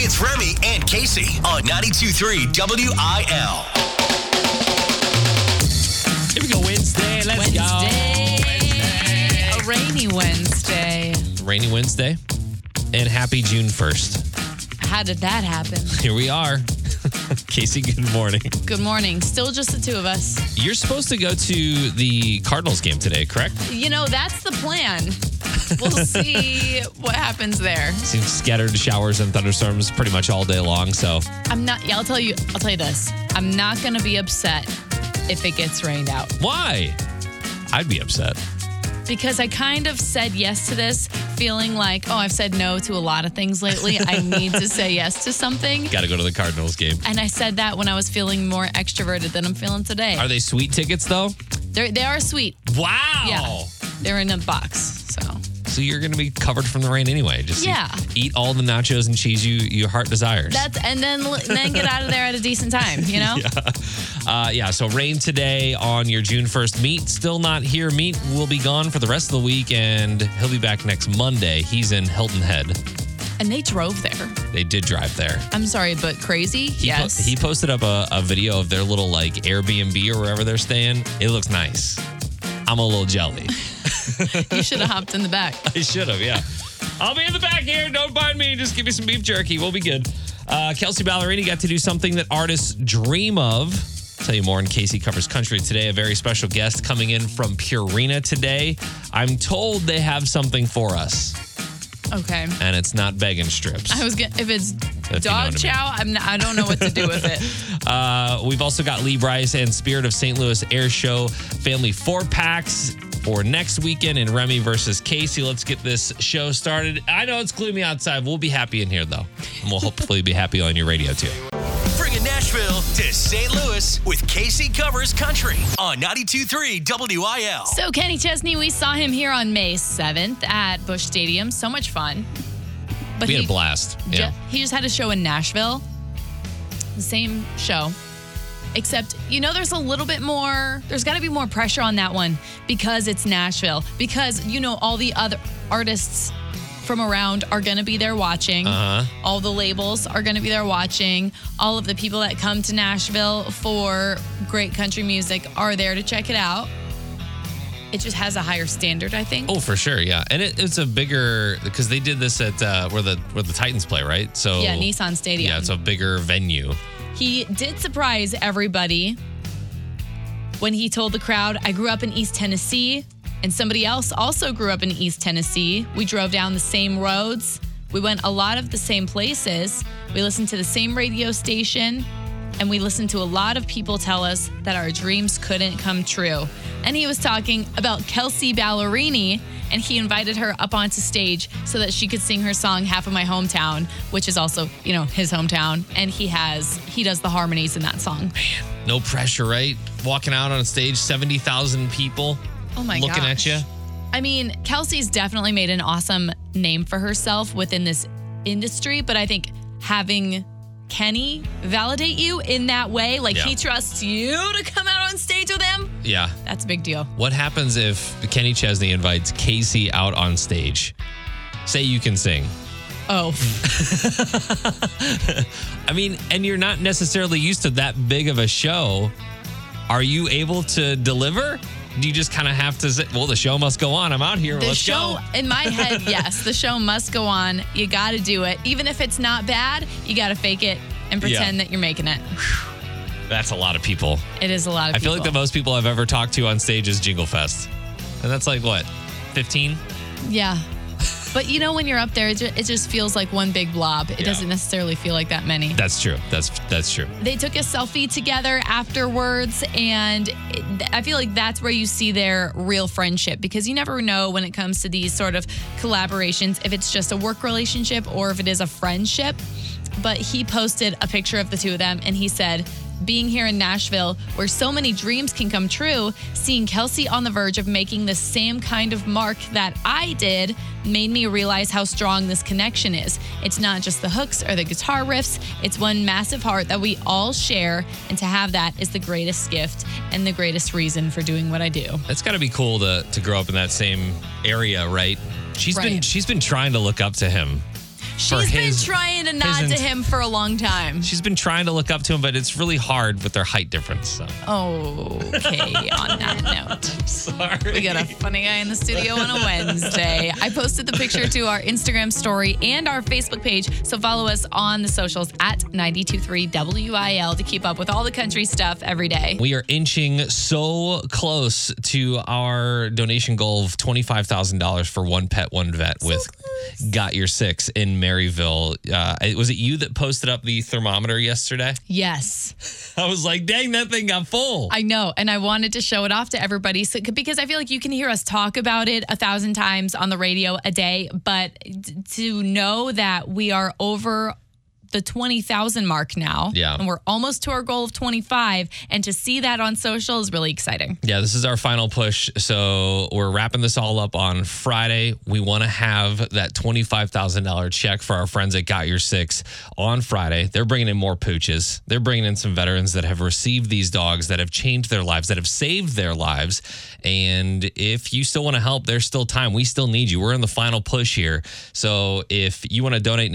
It's Remy and Casey on 92.3 WIL. Here we go, Wednesday. Let's Wednesday. A rainy Wednesday. go. Rainy Wednesday. And happy June 1st. How did that happen? Here we are. Casey, good morning. Good morning. Still just the two of us. You're supposed to go to the Cardinals game today, correct? You know, that's the plan. We'll see what happens there. Seems scattered showers and thunderstorms pretty much all day long. So I'm not yeah, I'll tell you I'll tell you this. I'm not gonna be upset if it gets rained out. why? I'd be upset. Because I kind of said yes to this, feeling like, oh, I've said no to a lot of things lately. I need to say yes to something. Got to go to the Cardinals game. And I said that when I was feeling more extroverted than I'm feeling today. Are they sweet tickets though? They're, they are sweet. Wow. Yeah. They're in a box. So So you're going to be covered from the rain anyway. Just eat- Yeah. eat, all the nachos and cheese you your heart desires. that's and then then get out of there at a decent time, you know? Uh, yeah, so rain today on your June 1st meet. Still not here. Meet will be gone for the rest of the week, and he'll be back next Monday. He's in Hilton Head. And they drove there. They did drive there. I'm sorry, but crazy? He po- yes. he posted up a, a video of their little like Airbnb or wherever they're staying. It looks nice. I'm a little jelly. you should have hopped in the back. I should have, yeah. I'll be in the back here. Don't mind me. Just give me some beef jerky. We'll be good. Uh, Kelsey Ballerini got to do something that artists dream of. Tell you more in Casey Covers Country today. A very special guest coming in from Purina today. I'm told they have something for us, Okay. and it's not vegan strips. I was get, if it's know what I dog mean. chow, I'm not, I don't know what to do with it. Uh, we've also got Lee Bryce and Spirit of St. Louis Air Show family four packs for next weekend and Remy versus Casey. Let's get this show started. I know it's gloomy outside. We'll be happy in here though, and we'll hopefully be happy on your radio too. Bringing Nashville to St. Louis with Casey Covers Country on 92.3 WIL. So Kenny Chesney, we saw him here on May 7th at Bush Stadium. So much fun. But We had he- a blast. Ju- Yeah. he just had a show in Nashville. The same show. Except, you know, there's a little bit more, there's got to be more pressure on that one because it's Nashville. Because, you know, all the other artists from around are going to be there watching. Uh-huh. All the labels are going to be there watching. All of the people that come to Nashville for great country music are there to check it out. It just has a higher standard, I think. Oh, for sure. Yeah. And it, it's a bigger because they did this at uh, where the where the Titans play, right? So Yeah, Nissan Stadium. Yeah, it's a bigger venue. He did surprise everybody when he told the crowd, I grew up in East Tennessee, and somebody else also grew up in East Tennessee. We drove down the same roads. We went a lot of the same places. We listened to the same radio station, and we listened to a lot of people tell us that our dreams couldn't come true. And he was talking about Kelsey Ballerini, and he invited her up onto stage so that she could sing her song Half of My Hometown, which is also, you know, his hometown. And he has, he does the harmonies in that song. No pressure, right? Walking out on stage, seventy thousand people. Oh my looking gosh. at you. I mean, Kelsey's definitely made an awesome name for herself within this industry, but I think having Kenny validate you in that way, like Yeah. he trusts you to come out on stage with him, Yeah. that's a big deal. What happens if Kenny Chesney invites Casey out on stage? Say you can sing. Oh, I mean, and you're not necessarily used to that big of a show. Are you able to deliver? Do you just kind of have to say, well, the show must go on. I'm out here. the Let's show go. in my head, yes, the show must go on. You got to do it. Even if it's not bad, you got to fake it and Yeah. pretend that you're making it. That's a lot of people. It is a lot of I feel like the people. most people I've ever talked to on stage is Jingle Fest. And that's like what, 15? Yeah. But you know, when you're up there, it ju- it just feels like one big blob. It Yeah. doesn't necessarily feel like that many. That's true. That's that's true. they took a selfie together afterwards and it, i feel like that's where you see their real friendship because you never know when it comes to these sort of collaborations if it's just a work relationship or if it is a friendship but he posted a picture of the two of them and he said being here in Nashville, where so many dreams can come true, seeing Kelsey on the verge of making the same kind of mark that I did made me realize how strong this connection is. It's not just the hooks or the guitar riffs, it's one massive heart that we all share. And to have that is the greatest gift and the greatest reason for doing what I do. That's got to be cool to to grow up in that same area, right? She's been Right. she's been trying to look up to him She's his- been trying to nod his to ins- him for a long time. She's been trying to look up to him, but it's really hard with their height difference. So Okay, on that note. sorry. We got a funny guy in the studio on a Wednesday. I posted the picture to our Instagram story and our Facebook page, so follow us on the socials at 923 WIL to keep up with all the country stuff every day. We are inching so close to our donation goal of $25,000 for one pet, one vet with Got Your Six in Maryville. Uh, it- was it you that posted up the thermometer yesterday? Yes. I was like, dang, that thing got full. I know, and I wanted to show it off to everybody so, because I feel like you can hear us talk about it a thousand times on the radio a day, but d- to know that we are over the 20,000 mark now Yeah. and we're almost to our goal of 25 and to see that on social is really exciting. yeah, this is our final push. So we're wrapping this all up on Friday. We want to have that $25,000 check for our friends at Got Your Six on Friday. They're bringing in more pooches. They're bringing in some veterans that have received these dogs that have changed their lives, that have saved their lives. And if you still want to help, there's still time. We still need you. We're in the final push here. So if you want to donate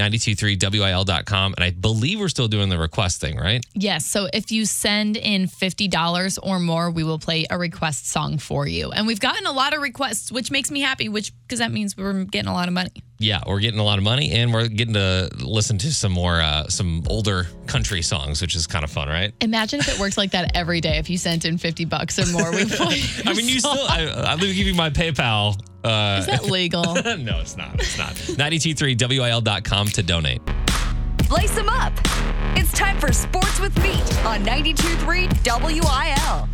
923wil.com, and I believe we're still doing the request thing, right? Yes, so if you send in $50 or more, we will play a request song for you. And we've gotten a lot of requests, which makes me happy, which because that means we're getting a lot of money. yeah, we're getting a lot of money, and we're getting to listen to some more, uh, some older country songs, which is kind of fun, right? Imagine if it worked like that every day. If you sent in fifty bucks or more, we play. I mean, you still. I, I'm gonna give you my PayPal. Uh, Is that legal? no, it's not. It's not. 923wil.com to donate. Lace them up. It's time for Sports with Meat on 92.3 WIL.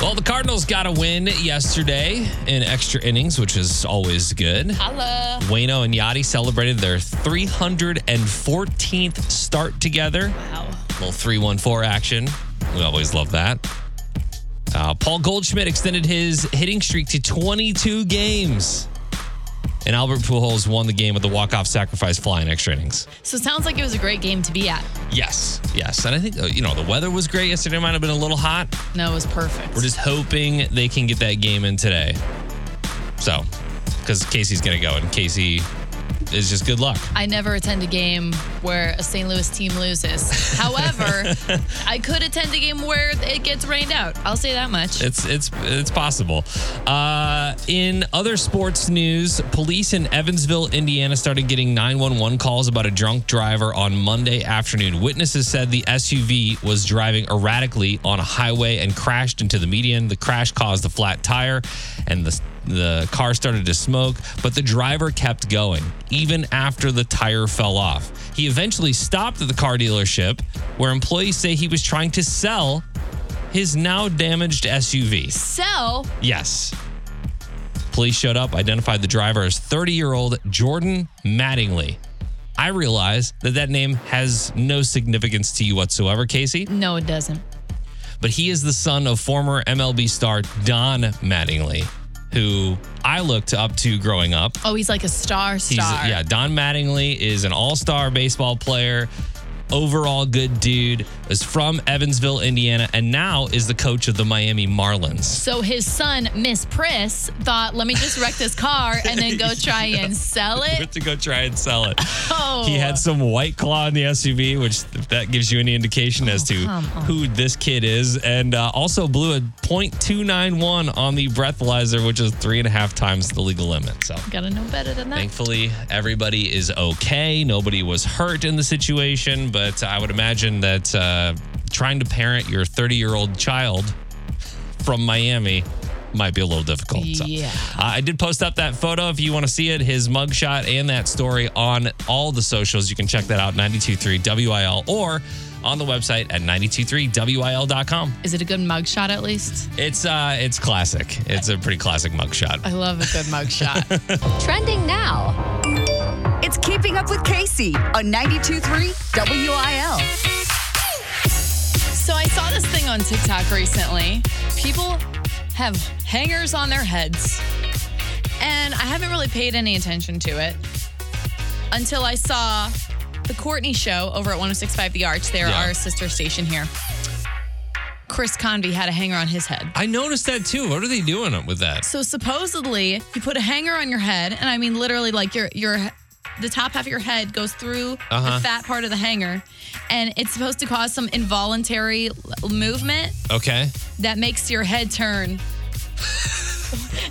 Well, the Cardinals got a win yesterday in extra innings, which is always good. Hello. Wayno and Yachty celebrated their 314th start together. Wow. little 314 action. We always love that. Uh, Paul Goldschmidt extended his hitting streak to 22 games. And Albert Pujols won the game with the walk-off sacrifice fly in extra innings. So it sounds like it was a great game to be at. Yes, yes. And I think, uh, you know, the weather was great yesterday. Might have been a little hot. No, it was perfect. We're just hoping they can get that game in today. So, because Casey's going to go, and Casey is just good luck. I never attend a game where a St. Louis team loses. However, I could attend a game where it gets rained out. I'll say that much. It's it's it's possible. Uh, in other sports news, police in Evansville, Indiana, started getting 911 calls about a drunk driver on Monday afternoon. Witnesses said the SUV was driving erratically on a highway and crashed into the median. The crash caused a flat tire, and the the car started to smoke, but the driver kept going even after the tire fell off. He eventually stopped at the car dealership where employees say he was trying to sell his now damaged SUV. So Yes. Police showed up, identified the driver as 30 year old Jordan Mattingly. I realize that that name has no significance to you whatsoever, Casey, no, it doesn't. but he is the son of former MLB star Don Mattingly, who I looked up to growing up. Oh, he's like a star He's- star. yeah, Don Mattingly is an all-star baseball player, overall good dude, is from Evansville, Indiana, and now is the coach of the Miami Marlins. So his son, Miss Priss, thought, let me just wreck this car and then go try and sell Good it. to go try and sell it. Oh. He had some white claw in the SUV, which if that gives you any indication as to who this kid is, and uh, also blew a .291 on the breathalyzer, which is three and a half times the legal limit. So. Gotta know better than that. Thankfully, everybody is okay. Nobody was hurt in the situation, but I would imagine that uh, trying to parent your 30 year old child from Miami might be a little difficult. So, Yeah. uh, I did post up that photo if you want to see it, his mugshot and that story on all the socials. You can check that out, 923 WIL, or on the website at 923wil.com. Is it a good mugshot at least? It's uh it's classic. It's a pretty classic mugshot. I love a good mugshot. Trending now. It's Keeping Up with Casey on 92.3 WIL. so I saw this thing on TikTok recently. People have hangers on their heads. And I haven't really paid any attention to it until I saw the Courtney show over at 1065 The Arch. They're Yeah. our sister station here. Chris Convey had a hanger on his head. I noticed that too. What are they doing with that? So supposedly you put a hanger on your head, and I mean literally like your your the top half of your head goes through Uh-huh. the fat part of the hanger, and it's supposed to cause some involuntary l- movement Okay. that makes your head turn.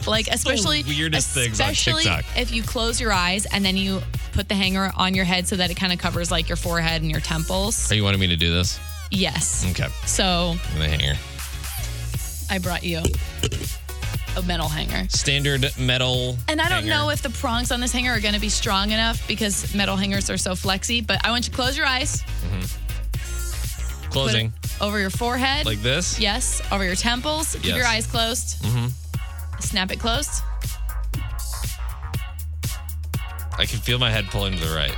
like especially weirdest things on especially TikTok. if you close your eyes and then you put the hanger on your head so that it kind of covers like your forehead and your temples. Are you wanting me to do this? Yes. Okay. So I'm gonna hang here. I brought you a metal hanger. Standard metal. And I don't hanger. know if the prongs on this hanger are going to be strong enough because metal hangers are so flexy, but I want you to close your eyes, put it closing over your forehead. like this. Yes, over your temples. Keep Yes. Mm-hmm. your eyes closed. Snap it closed. I can feel my head pulling to the right.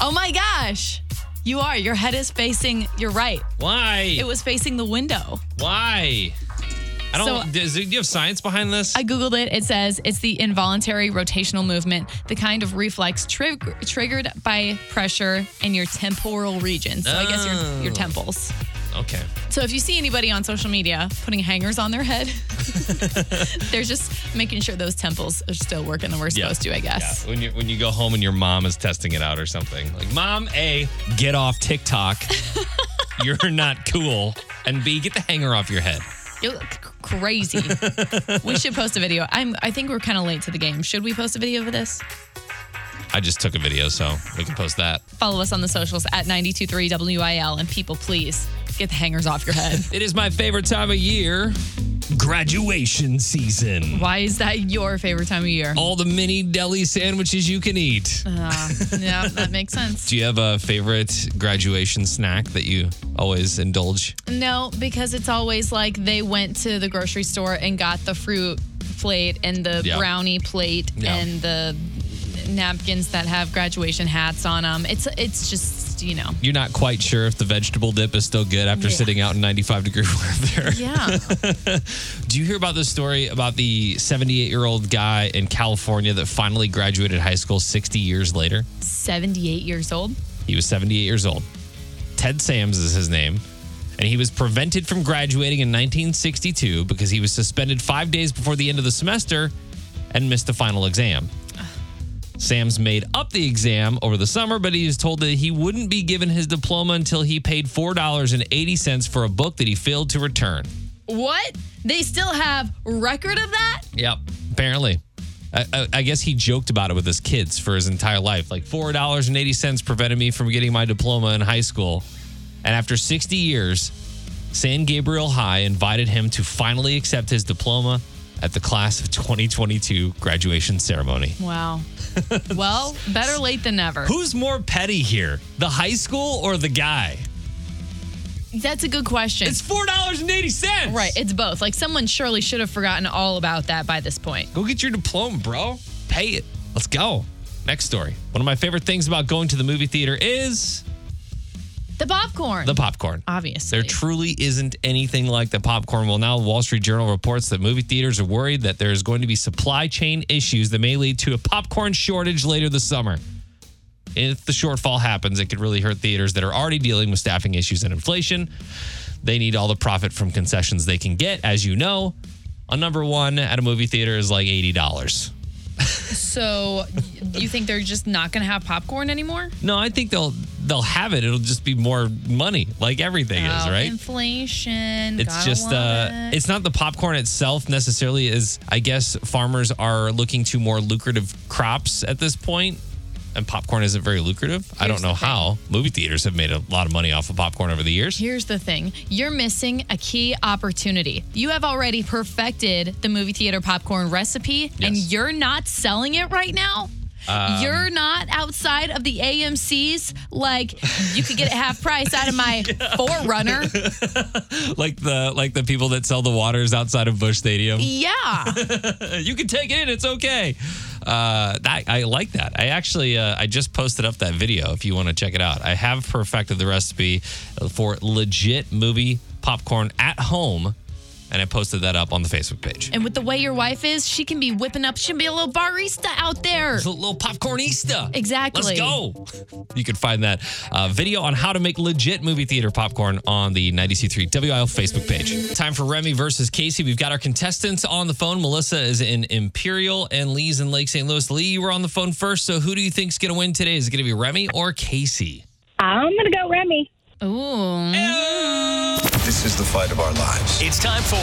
Oh my gosh. You are. Your head is facing, you're right. Why? It was facing the window. Why? I don't. So- does, do you have science behind this? I Googled it. It says it's the involuntary rotational movement, the kind of reflex trig- triggered by pressure in your temporal region. So I guess your, your temples. okay. So if you see anybody on social media putting hangers on their head, they're just making sure those temples are still working the way we're supposed to, I guess. Yeah. When you when you go home and your mom is testing it out or something, like mom a get off TikTok. You're not cool. And b get the hanger off your head. You look c- crazy. we should post a video. I'm I think we're kind of late to the game. Should we post a video of this? I just took a video, so we can post that. Follow us on the socials at 923 WIL and people please get the hangers off your head. It is my favorite time of year, graduation season. Why is that your favorite time of year? Ah, All the mini deli sandwiches you can eat. Uh-huh. yeah, that makes sense. Do you have a favorite graduation snack that you always indulge? No, because it's always like they went to the grocery store and got the fruit plate and the Yeah. brownie plate Yeah. and the napkins that have graduation hats on them. It's it's just, you know. You're not quite sure if the vegetable dip is still good after Yeah. sitting out in 95 degree weather. Yeah. Do you hear about this story about the 78 year old guy in California that finally graduated high school 60 years later? 78 years old. He was 78 years old. Ted Sams is his name. And he was prevented from graduating in 1962 because he was suspended five days before the end of the semester and missed the final exam. Sams made up the exam over the summer, but he was told that he wouldn't be given his diploma until he paid $4.80 for a book that he failed to return. What? They still have record of that? Yep. Apparently. I, I, I guess he joked about it with his kids for his entire life. Like $4.80 prevented me from getting my diploma in high school. And after 60 years, San Gabriel High invited him to finally accept his diploma at the class of 2022 graduation ceremony. Wow. well, better late than never. Who's more petty here, the high school or the guy? That's a good question. It's $4.80. right, it's both. Like someone surely should have forgotten all about that by this point. Go get your diploma, bro. Pay it. Let's go. Next story. One of my favorite things about going to the movie theater is The popcorn. the popcorn. obviously. There truly isn't anything like the popcorn. Well, now Wall Street Journal reports that movie theaters are worried that there is going to be supply chain issues that may lead to a popcorn shortage later this summer. If the shortfall happens, it could really hurt theaters that are already dealing with staffing issues and inflation. They need all the profit from concessions they can get. As you know, a number one at a movie theater is like $80. so, you think they're just not going to have popcorn anymore? No, I think they'll they'll have it. It'll just be more money, like everything is, Oh, right? Inflation. It's gotta just love uh it. it's not the popcorn itself necessarily is I guess farmers are looking to more lucrative crops at this point and popcorn isn't very lucrative. I Here's don't know the thing. how. Movie theaters have made a lot of money off of popcorn over the years. Here's the thing you're missing a key opportunity. You have already perfected the movie theater popcorn recipe, and Yes. Um, you're not selling it right now. you're not outside of the AMC's. Like, you could get it half price out of my Forerunner. Like the like the people that sell the waters outside of Bush Stadium. Yeah. You can take it in, it's okay. Uh I, I like that. I actually uh, I just posted up that video if you want to check it out. I have perfected the recipe for legit movie popcorn at home and I posted that up on the Facebook page. And with the way your wife is, she can be whipping up. She can be a little barista out there. It's a little popcornista. Exactly. Let's go. You can find that uh, video on how to make legit movie theater popcorn on the 923 WIL Facebook page. Time for Remy versus Casey. We've got our contestants on the phone. Melissa is in Imperial and Lee's in Lake St. Louis. Lee, you were on the phone first. So who do you think's going to win today? Is it going to be Remy or Casey? I'm gonna go Remy. Ooh. This is the fight of our lives. It's time for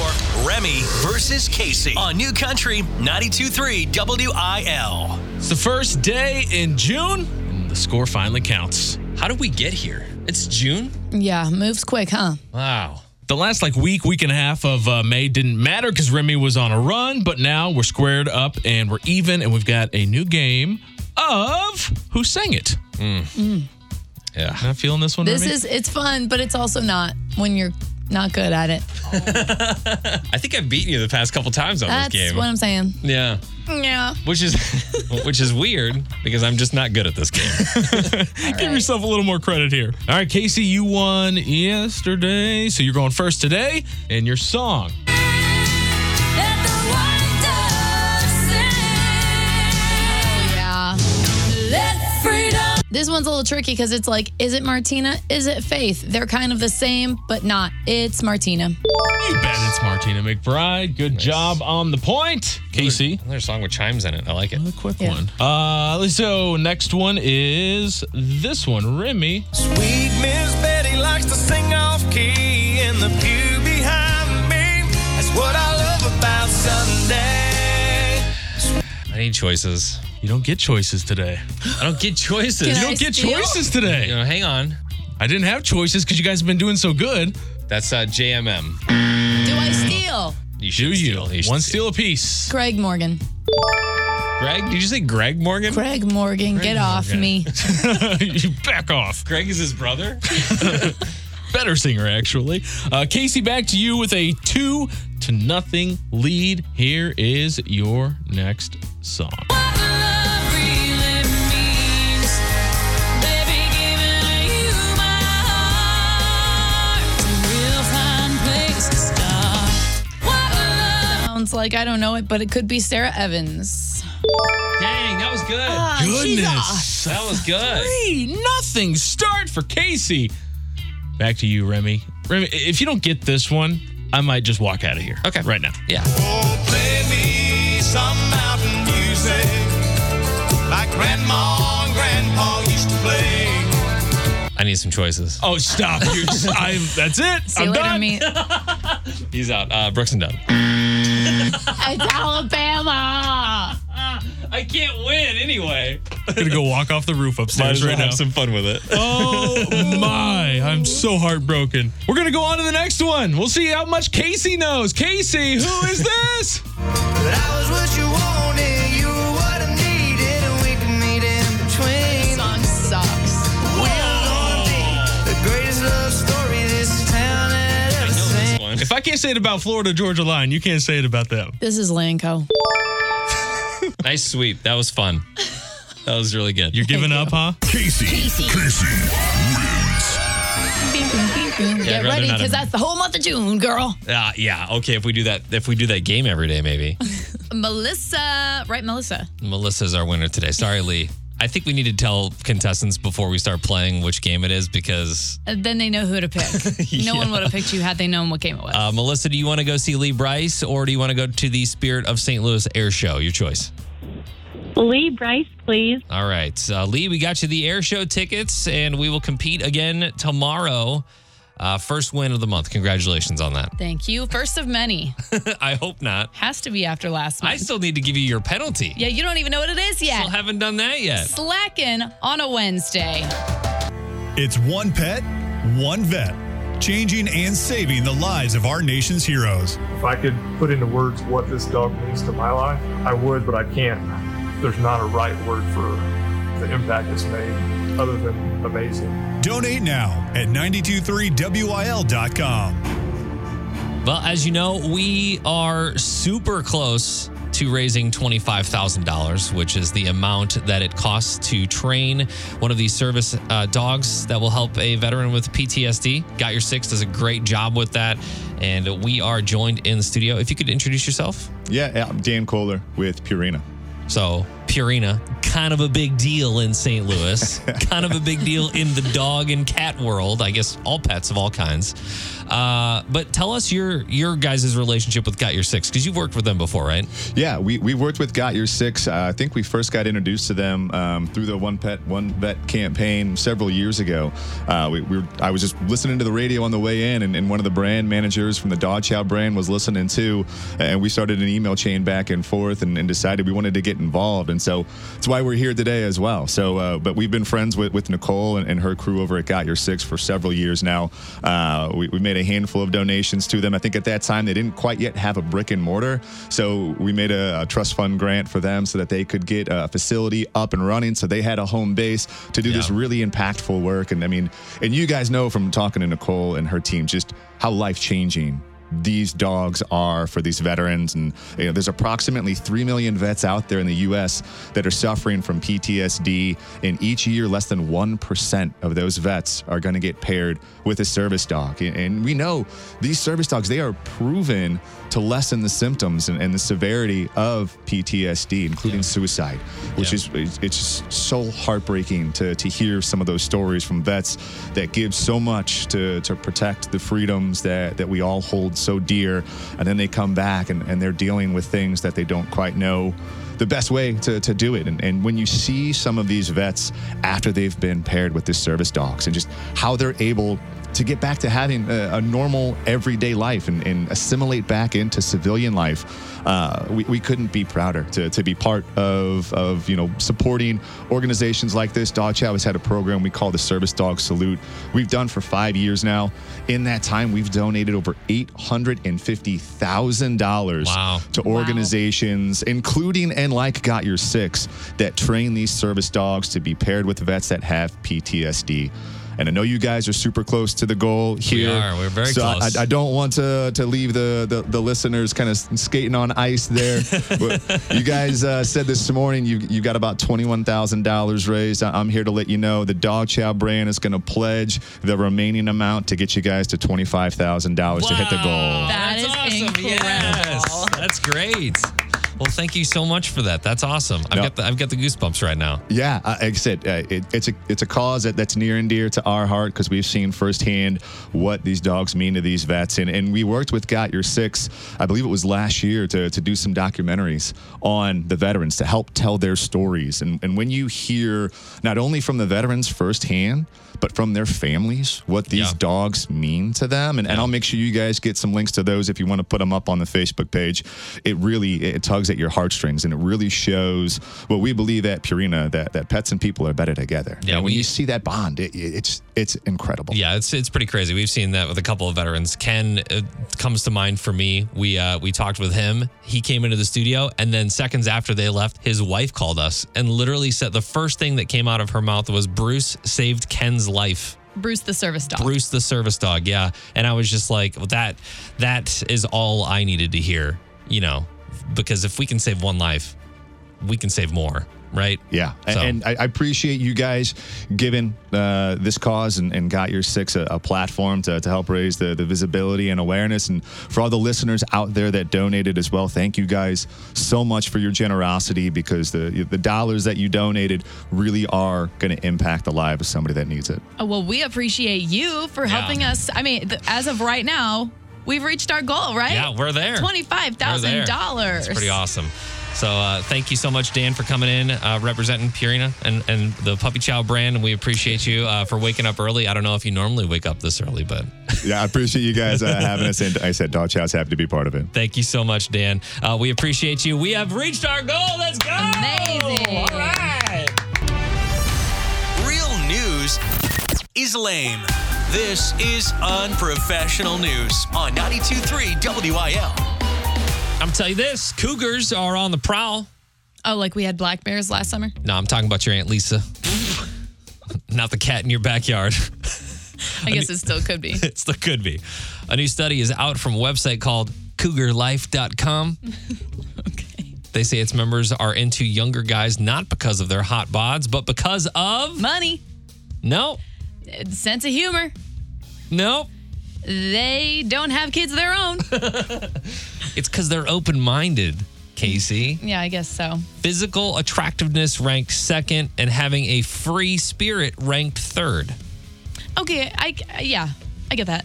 Remy versus Casey on New Country 923 WIL. It's the first day in June, and the score finally counts. How did we get here? It's June? Yeah, moves quick, huh? Wow. The last like week, week and a half of uh, May didn't matter because Remy was on a run, but now we're squared up and we're even, and we've got a new game of who sang it. Mm. Yeah. Not feeling this one. Mm. This Remy? is it's fun, but it's also not when you're not good at it. I think I've beaten you the past couple times on That's this game. what I'm saying. yeah. Yeah. Which is which is weird because I'm just not good at this game. Give yourself a little more credit here. All right, Casey, you won yesterday, so you're going first today, and your song. Yeah. This one's a little tricky because it's like, is it Martina? Is it Faith? They're kind of the same, but not. It's Martina. You bet it's Martina McBride. Good job on the point, Casey. Another song with chimes in it. I like it. A quick Yeah. one. Uh, so next one is this one, Remy. Sweet Miss Betty likes to sing off key in the pew behind me. That's what I love about Sunday. I need choices. You don't get choices today. I don't get choices. Can You I- don't get steal? choices today. You know, hang on. I didn't have choices because you guys have been doing so good. That's uh, JMM. Do I steal? You Do should you? steal. should One steal apiece. Greg Morgan. Greg? Did you say Greg Morgan? Greg Morgan, get off me. you back off. Greg is his brother. Better singer, actually. Uh, Casey, back to you with a two to nothing lead. Here is your next song. Sounds like I don't know it, but it could be Sarah Evans. Dang, that was good. Ah, Goodness. that was good. Three nothing start for Casey. Back to you, Remy. Remy, if you don't get this one, I might just walk out of here. Okay. Right now. Yeah. Oh, play me some mountain music like Grandma and Grandpa used to play. I need some choices. Oh, stop. You, I'm, that's it. See you I'm later, done. meet. He's out. Uh, Brooks and Dunn. It's Alabama. I can't win anyway. gonna go walk off the roof upstairs right now. fun with it. oh my! I'm so heartbroken. We're gonna go on to the next one. We'll see how much Casey knows. Casey, who is this? But I was what you wanted, you were what I needed, and we could meet in between. Song sucks. Oh. We are gonna be the greatest love story this town had ever seen. if I can't say it about Florida Georgia Line, you can't say it about them. This is Lanco. nice sweep. That was fun. That was really good. You're giving up, huh? rather Get ready, not because have- that's the whole month of June, girl. Uh, yeah. Okay. If we do that, if we do that game every day, maybe. Melissa, right, Melissa? Melissa's our winner today. Sorry, Lee. I think we need to tell contestants before we start playing which game it is because Uh, Then they know who to pick. No one would have picked you had they known what game it was. uh, Melissa, do you want to go see Lee Bryce or do you want to go to the Spirit of St. Louis Air Show? Your choice. Lee Bryce, please. All right, uh, Lee, we got you the air show tickets, and we will compete again tomorrow. Uh, first win of the month. Congratulations on that. Thank you. First of many. I hope not. Has to be after last I month. still need to give you your penalty. yeah, you don't even know what it is Still yet. haven't done that yet. Slacking on a Wednesday. It's one pet, one vet, changing and saving the lives of our nation's heroes. If I could put into words what this dog means to my life, I would, but I can't. There's not a right word for the impact it's made other than amazing. Donate now at 923wil.com. Well, as you know, we are super close to raising $25,000, which is the amount that it costs to train one of these service uh, dogs that will help a veteran with PTSD. Got Your Six does a great job with that. And we are joined in the studio. If you could introduce yourself. Yeah, yeah, I'm Dan Kohler with Purina. So Purina, kind of a big deal in St. Louis, kind of a big deal in the dog and cat world. I guess all pets of all kinds. Uh, but tell us your your guys' relationship with Got Your Six because you've worked with them before, right? Yeah, we, we worked with Got Your Six. Uh, I think we first got introduced to them um, through the One Pet, One Vet campaign several years ago. Uh, we, we were, I was just listening to the radio on the way in, and, and one of the brand managers from the Dog Chow brand was listening too. And we started an email chain back and forth and, and decided we wanted to get involved. And so that's why we're here today as well. So, uh, but we've been friends with, with Nicole and, and her crew over at Got Your Six for several years now. Uh, we, we made a handful of donations to them. I think at that time they didn't quite yet have a brick and mortar. So we made a, a trust fund grant for them so that they could get a facility up and running. So they had a home base to do this really impactful work. And I mean, and you guys know from talking to Nicole and her team just how life changing these dogs are for these veterans. And you know, there's approximately 3 million vets out there in the US that are suffering from PTSD. And each year, less than 1% of those vets are going to get paired with a service dog. And- And we know these service dogs, they are proven to lessen the symptoms and, and the severity of PTSD, including suicide, which is it's it's just so heartbreaking to, to hear some of those stories from vets that give so much to, to protect the freedoms that, that we all hold so dear. And then they come back and, and they're dealing with things that they don't quite know the best way to, to do it. And, and when you see some of these vets after they've been paired with the service dogs and just how they're able to get back to having a, a normal everyday life and, and assimilate back into civilian life, uh, we, we couldn't be prouder to, to be part of, of, you know, supporting organizations like this. Dog Chow has had a program we call the Service Dog Salute. We've done for five years now. In that time, we've donated over $850,000 to organizations, including and like Got Your Six, that train these service dogs to be paired with vets that have PTSD. And I know you guys are super close to the goal here. are. We're very so I- close. I, I don't want to to leave the the, the listeners kind of skating on ice there. but you guys uh, said this morning you you got about twenty one thousand dollars raised. I- I'm here to let you know the Dog Chow brand is going to pledge the remaining amount to get you guys to twenty five thousand dollars to hit the goal. That is incredible. Yes, that's great. Well, thank you so much for that. That's awesome. I've got the I've got the goosebumps right now. Yeah, uh, like I said, uh, it, it's a it's a cause that, that's near and dear to our heart because we've seen firsthand what these dogs mean to these vets, and and we worked with Got Your Six, I believe it was last year, to to do some documentaries on the veterans to help tell their stories, and and when you hear not only from the veterans firsthand, but from their families what these dogs mean to them, and, and I'll make sure you guys get some links to those if you want to put them up on the Facebook page. It really it tugs at your heartstrings, and it really shows what we believe at Purina that that pets and people are better together. Yeah, when you see that bond, it, it- it's it's incredible. Yeah, it's it's pretty crazy. We've seen that with a couple of veterans. Ken uh, comes to mind for me. We uh, we talked with him. He came into the studio, and then seconds after they left, his wife called us and literally said the first thing that came out of her mouth was Bruce saved Ken's life. Bruce the service dog. Bruce the service dog, yeah. And I was just like, well, that that is all I needed to hear, you know, because if we can save one life, we can save more, right? Yeah. A- So- And, I I appreciate you guys giving uh, this cause and, and Got Your Six a, a platform to, to help raise the, the visibility and awareness. And for all the listeners out there that donated as well, thank you guys so much for your generosity because the, the dollars that you donated really are going to impact the life of somebody that needs it. Oh, well, we appreciate you for helping us. I mean, th- as of right now, we've reached our goal, right? Yeah, we're there. $25,000. It's pretty awesome. So uh, thank you so much, Dan, for coming in, uh, representing Purina and, and the Puppy Chow brand. And we appreciate you uh, for waking up early. I don't know if you normally wake up this early, but Yeah, I appreciate you guys uh, having us. And I said, Dog Chow's happy to be part of it. thank you so much, Dan. Uh, we appreciate you. We have reached our goal. Let's go. Amazing. All right. Real news is lame. This is unprofessional news on 92.3 WIL. I'm telling you this Cougars are on the prowl. Oh, like we had black bears last summer? No, I'm talking about your Aunt Lisa, not the cat in your backyard. I guess it still could be. it still could be. A new study is out from a website called cougarlife.com. okay. They say its members are into younger guys not because of their hot bods, but because of money, no, sense of humor. no. They don't have kids of their own. It's because they're open minded, Casey. yeah, I guess so. Physical attractiveness ranked second, and having a free spirit ranked third. Okay, I yeah, I get that.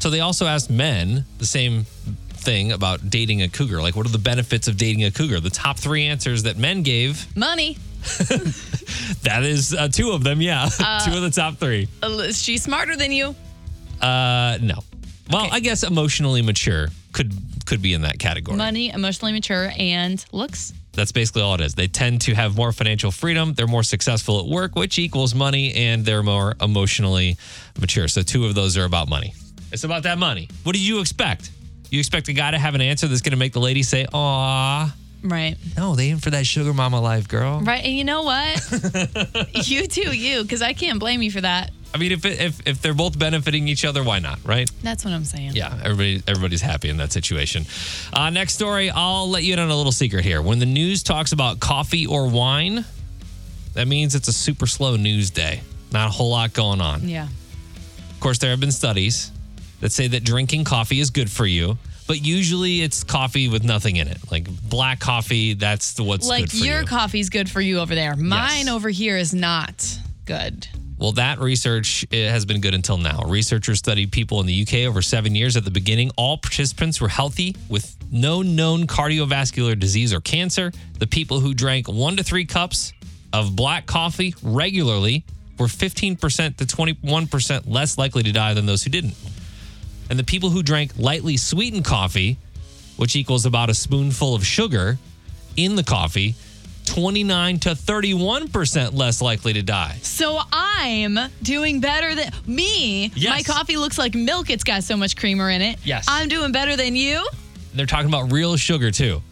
So they also asked men the same thing about dating a cougar. Like, what are the benefits of dating a cougar? The top three answers that men gave Money. that is uh, two of them, yeah. two of the top three. Uh, She's smarter than you. Uh, no. Well, I guess emotionally mature could could be in that category. Money, emotionally mature, and looks. That's basically all it is. They tend to have more financial freedom. They're more successful at work, which equals money, and they're more emotionally mature. So, two of those are about money. It's about that money. What do you expect? You expect a guy to have an answer that's going to make the lady say, "Aw, Right. no, they in for that sugar mama life, girl." Right. And you know what? you too, you, because I can't blame you for that. I mean, if, it, if if they're both benefiting each other, why not, right? That's what I'm saying. Yeah, everybody everybody's happy in that situation. Uh, next story, I'll let you in on a little secret here. When the news talks about coffee or wine, that means it's a super slow news day. Not a whole lot going on. Yeah. Of course, there have been studies that say that drinking coffee is good for you, but usually it's coffee with nothing in it, like black coffee. That's the what's good like for your you. coffee's good for you over there. Mine over here is not good. Well, that research eh, has been good until now. Researchers studied people in the UK over seven years. At the beginning, all participants were healthy with no known cardiovascular disease or cancer. The people who drank one to three cups of black coffee regularly were 15% to 21% less likely to die than those who didn't. And the people who drank lightly sweetened coffee, which equals about a spoonful of sugar in the coffee, 29 to 31% less likely to die. So I'm doing better than me. Yes. My coffee looks like milk. It's got so much creamer in it. Yes. I'm doing better than you. They're talking about real sugar too.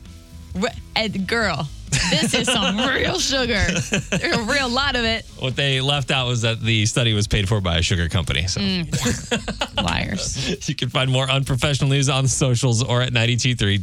R- Ed, girl, this is some real sugar. There's a real lot of it. What they left out was that the study was paid for by a sugar company. So Mm. Liars. you can find more unprofessional news on the socials or at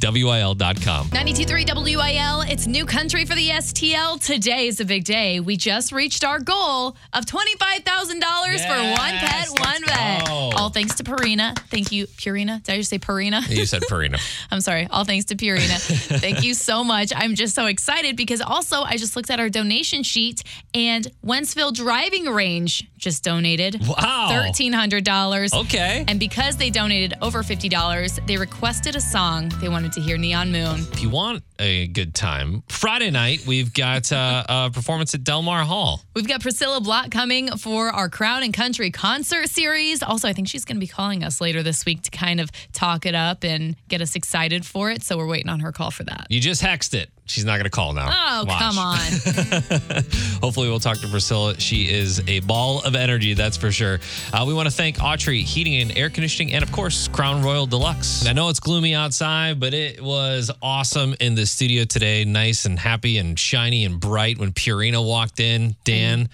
923wil.com. 92.3 WIL, it's new country for the STL. Today is a big day. We just reached our goal of $25,000 for one pet, Yes, one let's vet. go. All thanks to Purina. Thank you, Purina. Did I just say Purina? You said Purina. I'm sorry. All thanks to Purina. Thank you so much. I'm just so excited because also I just looked at our donation sheet and Wentzville Driving Range just donated Wow. $1,300. Okay. And because they donated over $50, they requested a song they wanted to hear Neon Moon. If you want a good time, Friday night we've got uh, a performance at Del Mar Hall. We've got Priscilla Block coming for our Crown and Country concert series. Also, I think she's going to be calling us later this week to kind of talk it up and get us excited for it. So we're waiting on her call for that. You just hexed it. She's not going to call now. Oh, Watch. come on. Hopefully, we'll talk to Priscilla. She is a ball of energy, that's for sure. Uh, we want to thank Autry Heating and Air Conditioning, and of course, Crown Royal Deluxe. I know it's gloomy outside, but it was awesome in the studio today. Nice and happy and shiny and bright when Purina walked in. Dan.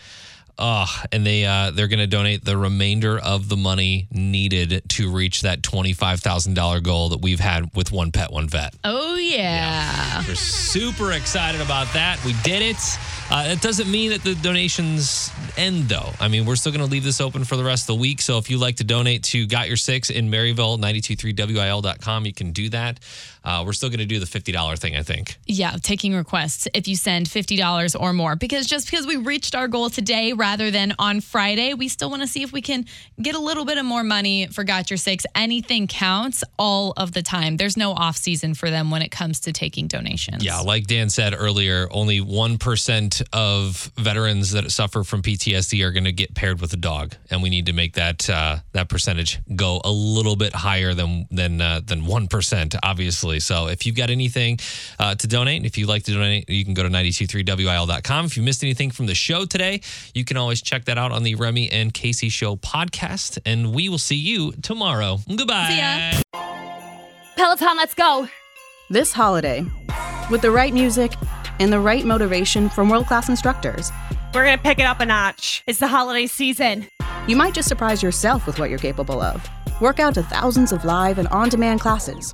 Oh, and they uh, they're going to donate the remainder of the money needed to reach that twenty five thousand dollar goal that we've had with one pet, one vet. Oh, yeah. We're super excited about that. We did it. Uh, that doesn't mean that the donations end, though. I mean, we're still going to leave this open for the rest of the week. So if you like to donate to Got Your Six in Maryville, 923wil.com, you can do that. Uh, we're still going to do the $50 thing, I think. Yeah, taking requests if you send $50 or more. Because just because we reached our goal today rather than on Friday, we still want to see if we can get a little bit of more money for Got Your Six. Anything counts all of the time. There's no off season for them when it comes to taking donations. Yeah, like Dan said earlier, only 1% of veterans that suffer from PTSD are going to get paired with a dog, and we need to make that uh, that percentage go a little bit higher than than uh, than 1%, obviously. So, if you've got anything uh, to donate, if you'd like to donate, you can go to 923wil.com. If you missed anything from the show today, you can always check that out on the Remy and Casey Show podcast, and we will see you tomorrow. Goodbye. See ya. Peloton, let's go! This holiday, with the right music and the right motivation from world class instructors, We're going to pick it up a notch. It's the holiday season. you might just surprise yourself with what you're capable of. Work out to thousands of live and on demand classes,